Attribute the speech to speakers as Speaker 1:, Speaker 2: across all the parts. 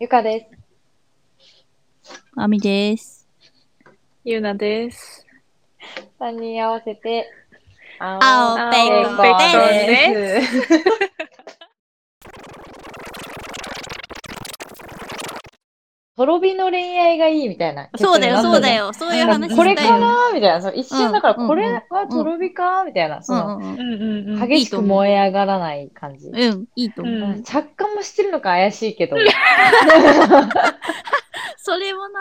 Speaker 1: ゆかです。
Speaker 2: あみです。
Speaker 3: ゆうなです。
Speaker 1: 3人合わせて、青
Speaker 2: 青ペ
Speaker 1: ペ
Speaker 2: ン
Speaker 1: ン
Speaker 2: コ
Speaker 1: コ
Speaker 2: です。
Speaker 3: です。
Speaker 1: とろ火の恋愛がいいみたいな。
Speaker 2: そうだよ、そうだ。よ。そういう話
Speaker 1: これ
Speaker 2: した
Speaker 1: か
Speaker 2: いよ。
Speaker 1: なみたいな。そう一瞬だから、
Speaker 2: うんうん
Speaker 1: これはとろ火かみたいな。
Speaker 2: う
Speaker 1: その、
Speaker 2: んうんう。
Speaker 3: うんんうんうん。
Speaker 1: 激しく燃え上がらない感じ。
Speaker 2: うん、いいと思う。
Speaker 3: うん
Speaker 1: 着火もしてるのか怪しいけど。
Speaker 2: それもな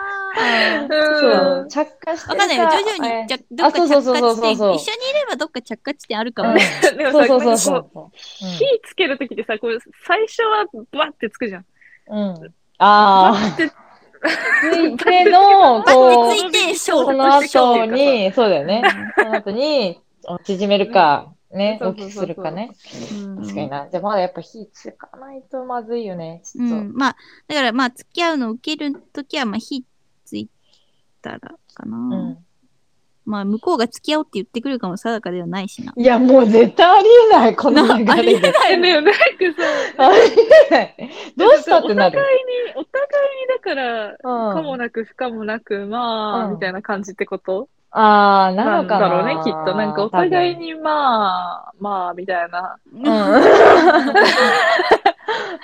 Speaker 1: そ
Speaker 2: ぁ。
Speaker 1: う着火して
Speaker 2: わ
Speaker 1: る
Speaker 2: かんないよ。徐々に
Speaker 1: 怪し
Speaker 2: 着どっか
Speaker 1: あ
Speaker 2: 着
Speaker 1: そうそうそうそう
Speaker 2: 火地点、一
Speaker 1: そう
Speaker 2: 緒にいればどっか着火地点あるか
Speaker 1: う
Speaker 2: も
Speaker 1: ん
Speaker 2: ね。
Speaker 3: でも
Speaker 1: そう
Speaker 3: さ、
Speaker 1: そ
Speaker 3: そう
Speaker 1: そ
Speaker 3: うそうう
Speaker 1: そう。
Speaker 3: 火つけるときってさ、こう、最初はバッてつくじゃん。
Speaker 1: うん。うんああ。
Speaker 3: バッて
Speaker 1: ついての、
Speaker 2: バ
Speaker 1: こ
Speaker 2: ッ
Speaker 1: う
Speaker 2: てつ、いて、ショ
Speaker 1: そ
Speaker 2: ー。
Speaker 1: の後に、そうだよね。その後に、縮めるか、ね、
Speaker 3: そう
Speaker 1: 大
Speaker 3: そうそうそう
Speaker 1: きくするかね。
Speaker 2: うん
Speaker 1: 確かにな。じゃあまだやっぱ火つかないとまずいよね。ち
Speaker 2: う
Speaker 1: ょっと。
Speaker 2: ん、まあ、だからまあ、付き合うの受けるときは、まあ、火ついたらかな、
Speaker 1: うん
Speaker 2: まあ、向こうが付き合おうって言ってくるかも定かではないしな。
Speaker 1: いや、もう絶対ありえ ない、この流
Speaker 2: なあり
Speaker 1: れ
Speaker 2: え
Speaker 1: で。
Speaker 2: ない
Speaker 3: え、
Speaker 2: よ
Speaker 3: ね、なんかさ、
Speaker 1: ありえない。どうしたってな
Speaker 3: お
Speaker 1: る。
Speaker 3: 互いに、お互いにだから、
Speaker 1: うん
Speaker 3: かもなく不可もなく、まあ、
Speaker 1: うん
Speaker 3: みたいな感じってこと
Speaker 1: あー、な
Speaker 3: な
Speaker 1: の
Speaker 3: ん
Speaker 1: か
Speaker 3: だ
Speaker 1: な。
Speaker 3: ろうね、きっと。なんかお互いに、まあ、まあ、みたいな。
Speaker 1: 多 分。うん。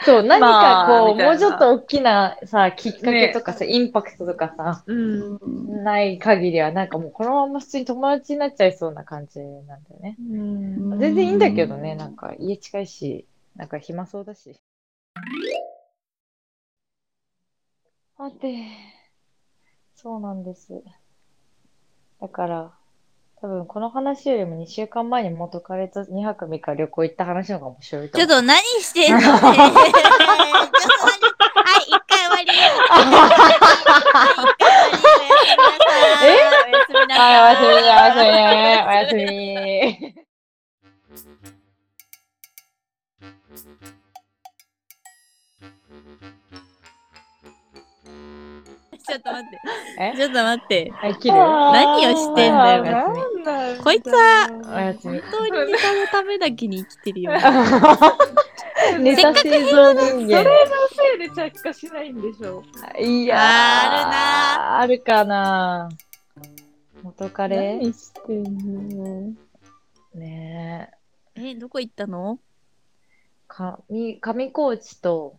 Speaker 1: そう、何か
Speaker 3: まあ
Speaker 1: こう、
Speaker 3: みたい
Speaker 1: も
Speaker 3: な
Speaker 1: うちょっと大きなさ、きっかけとかさ、インパクトとかさ、
Speaker 3: うん。
Speaker 1: ない限りは、なんかもうこのまま普通に友達になっちゃいそうな感じなんだよね。
Speaker 3: うん
Speaker 2: うん
Speaker 1: 全然いいんだけどね、なんか家近いし、なんか暇そうだし。待て、そうなんです。だから、多分この話よりも2週間前に元彼と2泊3日旅行行った話の方が面白いと
Speaker 2: ちょ
Speaker 1: 思
Speaker 2: っ
Speaker 1: う。
Speaker 2: と何して ん のちょっと何はい、一回終わり。はい、一回終わり。おやすみなさい。
Speaker 1: はい、おやすみ、おや
Speaker 2: い。
Speaker 1: すみ、おやすみ。
Speaker 2: ちょっと待っ
Speaker 1: え
Speaker 2: て。ちょっと待って。
Speaker 1: はい、切る
Speaker 2: 何をしてんだよ
Speaker 1: あー
Speaker 3: なんなんだ
Speaker 2: こいつは
Speaker 1: おや すみ。
Speaker 2: 本当にネタのためだけに生きてるよ。
Speaker 1: ネタ製造人
Speaker 3: それの
Speaker 1: 間。
Speaker 3: せいで着火しないんでしょ
Speaker 1: いやー
Speaker 2: あ
Speaker 1: あるかな元
Speaker 3: あ
Speaker 1: 彼
Speaker 3: 何してんの
Speaker 1: ねえ
Speaker 2: え、どこ行ったの
Speaker 1: 上上高地と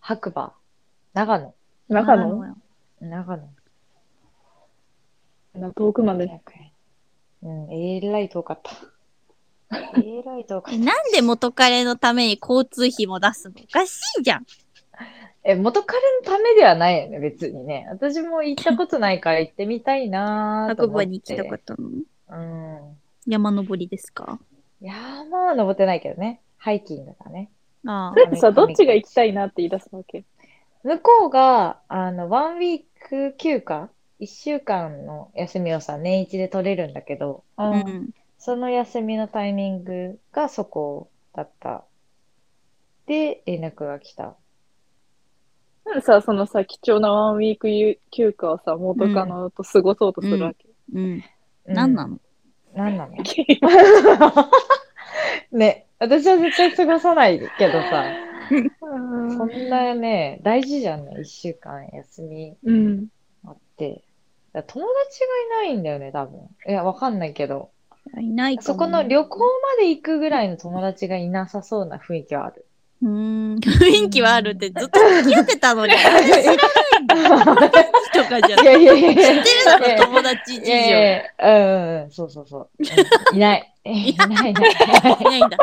Speaker 1: 白馬長野
Speaker 3: 中の
Speaker 1: 長野
Speaker 3: 遠くまで。
Speaker 1: うんえらい遠かったえらい遠かっ
Speaker 2: え、
Speaker 1: た
Speaker 2: なんで元彼のために交通費も出すのおかしいじゃん。
Speaker 1: え元彼のためではないよね別にね私も行ったことないから行ってみたいなーと思
Speaker 2: 白
Speaker 1: っ
Speaker 2: 馬
Speaker 1: て
Speaker 2: に来たことの
Speaker 1: うん
Speaker 2: 山登りですか
Speaker 1: 山は登ってないけどねハイキングだね
Speaker 2: ああ
Speaker 3: だ。ってさ、どっちが行きたいなって言い出すわけ
Speaker 1: 向こうが、あの、ワンウィーク休暇、一週間の休みをさ、年一で取れるんだけど、
Speaker 2: うん。
Speaker 1: その休みのタイミングがそこだった。で、連絡が来た。
Speaker 3: なんでさ、そのさ、貴重なワンウィーク休暇をさ、元カノと過ごそうとするわけ。
Speaker 2: うん。
Speaker 1: うん
Speaker 2: なんなの
Speaker 1: なんなの
Speaker 3: 気
Speaker 1: ね、私は絶対過ごさないけどさ、
Speaker 3: 分
Speaker 1: そんなね、大事じゃんね、一週間休み
Speaker 3: うん。
Speaker 1: あって。だから友達がいないんだよね、多分。いや、わかんないけど。
Speaker 2: いないかも
Speaker 1: そこの旅行まで行くぐらいの友達がいなさそうな雰囲気はあ る。
Speaker 2: うーん。雰囲気はあるってずっと付き合ってた のに。知らないんだ。 とかじゃ
Speaker 1: い
Speaker 2: な
Speaker 1: や
Speaker 2: い。
Speaker 1: いやいやいや
Speaker 2: 知ってるだろ、友達事
Speaker 1: い
Speaker 2: 情。
Speaker 1: やい
Speaker 2: い
Speaker 1: やいやうんうん、そうそうそう。うんいない。いないいない。
Speaker 2: ないんだ。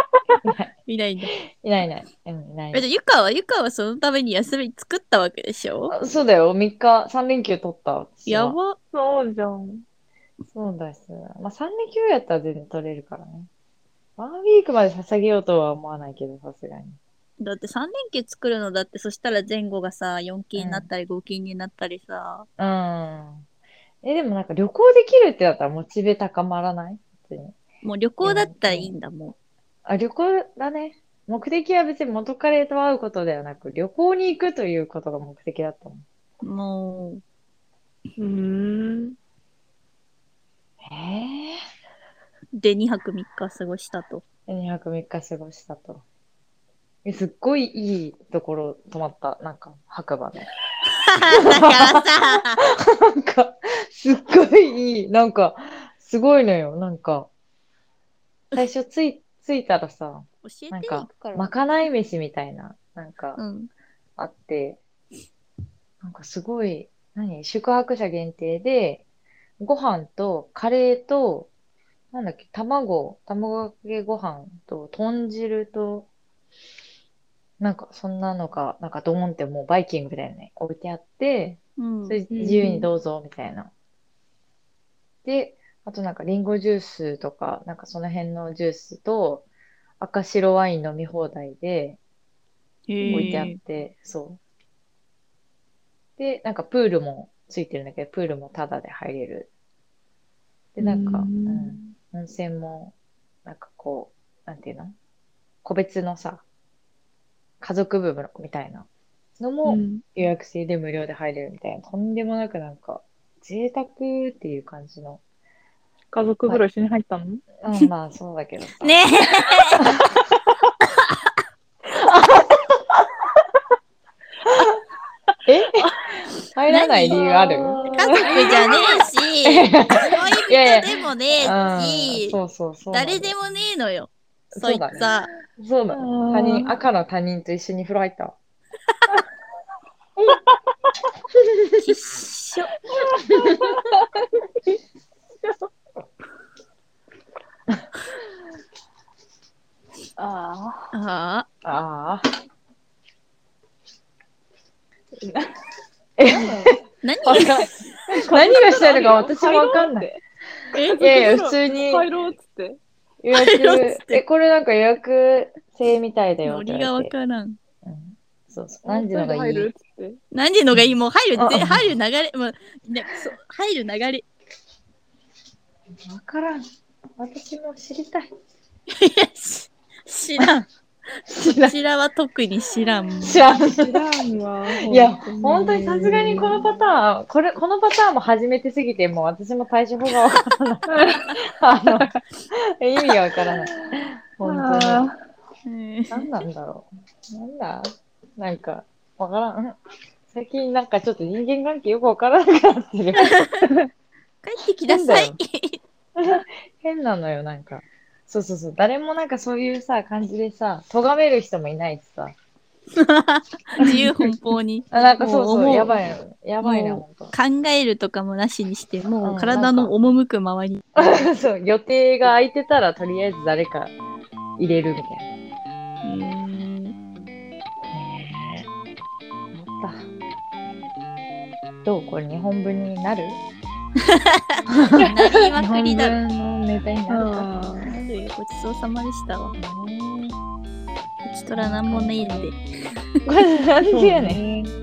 Speaker 2: いないんだ。
Speaker 1: いないいない。うん、いな
Speaker 2: え
Speaker 1: い。
Speaker 2: じゃあゆかは、ゆかはそのために休み作ったわけでしょ
Speaker 1: あそうだよ、3日、3連休取った。私は
Speaker 2: や。ば。
Speaker 3: そうじゃん。
Speaker 1: そうだし。まあ3連休やったら全然取れるからね。ワンウィークまで捧げようとは思わないけど、さすがに。
Speaker 2: だって3連休作るのだって、そしたら前後がさ、4期になったり5期になったりさ。
Speaker 1: うん。え、でもなんか旅行できるってなったらモチベ高まらない別に。
Speaker 2: もう旅行だったらいいんだもん。
Speaker 1: あ、旅行だね。目的は別に元彼と会うことではなく、旅行に行くということが目的だったもん。
Speaker 2: も
Speaker 3: うん。
Speaker 1: え
Speaker 2: う、で2泊3日過ごしたと。
Speaker 1: えー。2泊3日過ごしたと。え、すっごいいいところ泊まった。なんか、白馬ね。
Speaker 2: だからさ、
Speaker 1: なんか、すっごいいい。なんか、すごいのよ。なんか、最初つい、着いたらさ、
Speaker 2: 教えて
Speaker 1: なん
Speaker 2: に
Speaker 1: か
Speaker 2: 行くから。
Speaker 1: まかない飯みたいな、なんか、
Speaker 2: うん。
Speaker 1: あって、なんかすごい、何宿泊者限定で、ご飯とカレーと、なんだっけ、卵、卵かけご飯と、豚汁と、なんかそんなのが、なんかドーンってもうバイキングだよね、置いてあって、
Speaker 2: うん
Speaker 1: そ。れ自由にどうぞ、みたいな。で、あとなんかリンゴジュースとか、なんかその辺のジュースと、赤白ワイン飲み放題で、置いてあっ
Speaker 2: へ
Speaker 1: て、そう。で、なんかプールもついてるんだけど、プールもタダで入れる。で、なんか、
Speaker 3: う
Speaker 1: うんん、温泉も、なんかこう、なんていうの個別のさ、家族部分みたいなのも
Speaker 3: うん
Speaker 1: 予約制で無料で入れるみたいな、とんでもなくなんか、贅沢っていう感じの。
Speaker 3: 家族風呂一緒に入ったの、
Speaker 1: うん、まあそうだけどさ。
Speaker 2: え。 ね
Speaker 1: え 入らない理由ある
Speaker 2: え、家族じゃねえし、
Speaker 1: いやいや
Speaker 2: 恋人でもねえ
Speaker 1: うん
Speaker 2: し、
Speaker 1: そうそうそうなんだよ。
Speaker 2: 誰でもねえのよ。
Speaker 1: そ
Speaker 2: そういつ
Speaker 1: だね
Speaker 2: は。
Speaker 1: そうだね。
Speaker 3: あー
Speaker 1: 他人、赤の他人と一緒に風呂入ったわ。
Speaker 2: 一緒。
Speaker 3: あ
Speaker 2: あ
Speaker 1: ああ。
Speaker 2: あ。何
Speaker 1: わかんない何が したいのか私もわかんない。
Speaker 2: え
Speaker 1: いやいや、普通に
Speaker 3: 入ろうっつって。
Speaker 1: 予
Speaker 2: 入ろうっつ
Speaker 1: 約
Speaker 2: っ、て
Speaker 1: え、これなんか予約制みたいだよ
Speaker 2: ノ
Speaker 1: って
Speaker 2: リ
Speaker 1: 言
Speaker 2: が
Speaker 1: わ
Speaker 2: わ
Speaker 1: れて。
Speaker 2: からん。
Speaker 1: うんそうそう。何時のがい
Speaker 3: 入る
Speaker 1: い
Speaker 3: っつって。
Speaker 2: 何時のがいいもう入る
Speaker 1: あ、
Speaker 2: ぜ入る流れ、もう、ね、そう入る流れ。い
Speaker 1: わからん。私も知りたい。
Speaker 2: やし知らん。
Speaker 1: 知
Speaker 2: こ
Speaker 1: らん。
Speaker 2: ちらは特に知らん。
Speaker 1: 知らん。
Speaker 3: 知らんわ。
Speaker 1: いや、本当にさすがにこのパターン、これ、このパターンも初めてすぎて、もう私も対処法がわからない。あの、意味がわからない。本当に。
Speaker 2: うん
Speaker 1: 何なんだろう。なんだなんか、わからんうん。最近なんかちょっと人間関係よくわからなくなって る。
Speaker 2: 帰ってきなさい
Speaker 1: なん。変なのよ、なんか。そうそうそう。誰もなんかそういうさ、感じでさ、咎める人もいないしさ。
Speaker 2: 自由奔放に。
Speaker 1: あなんかそうそう、
Speaker 2: もも
Speaker 1: やばいの。やばいな、
Speaker 2: も
Speaker 1: ほんと。
Speaker 2: 考えるとかもなしにして、も
Speaker 1: うん
Speaker 2: う体の赴くままに。
Speaker 1: そう、予定が空いてたら、とりあえず誰か入れるみたいな。
Speaker 2: うん
Speaker 1: ねえ思った。どうこれ日本文になる
Speaker 2: なりま
Speaker 1: 日
Speaker 2: く
Speaker 1: 本
Speaker 2: りだ。
Speaker 1: 文のネタになるか。
Speaker 2: というごちそうさまでしたわ。う
Speaker 1: ね
Speaker 2: ちとらなんもねえんで。
Speaker 1: えこれなんでやねん。
Speaker 3: ね。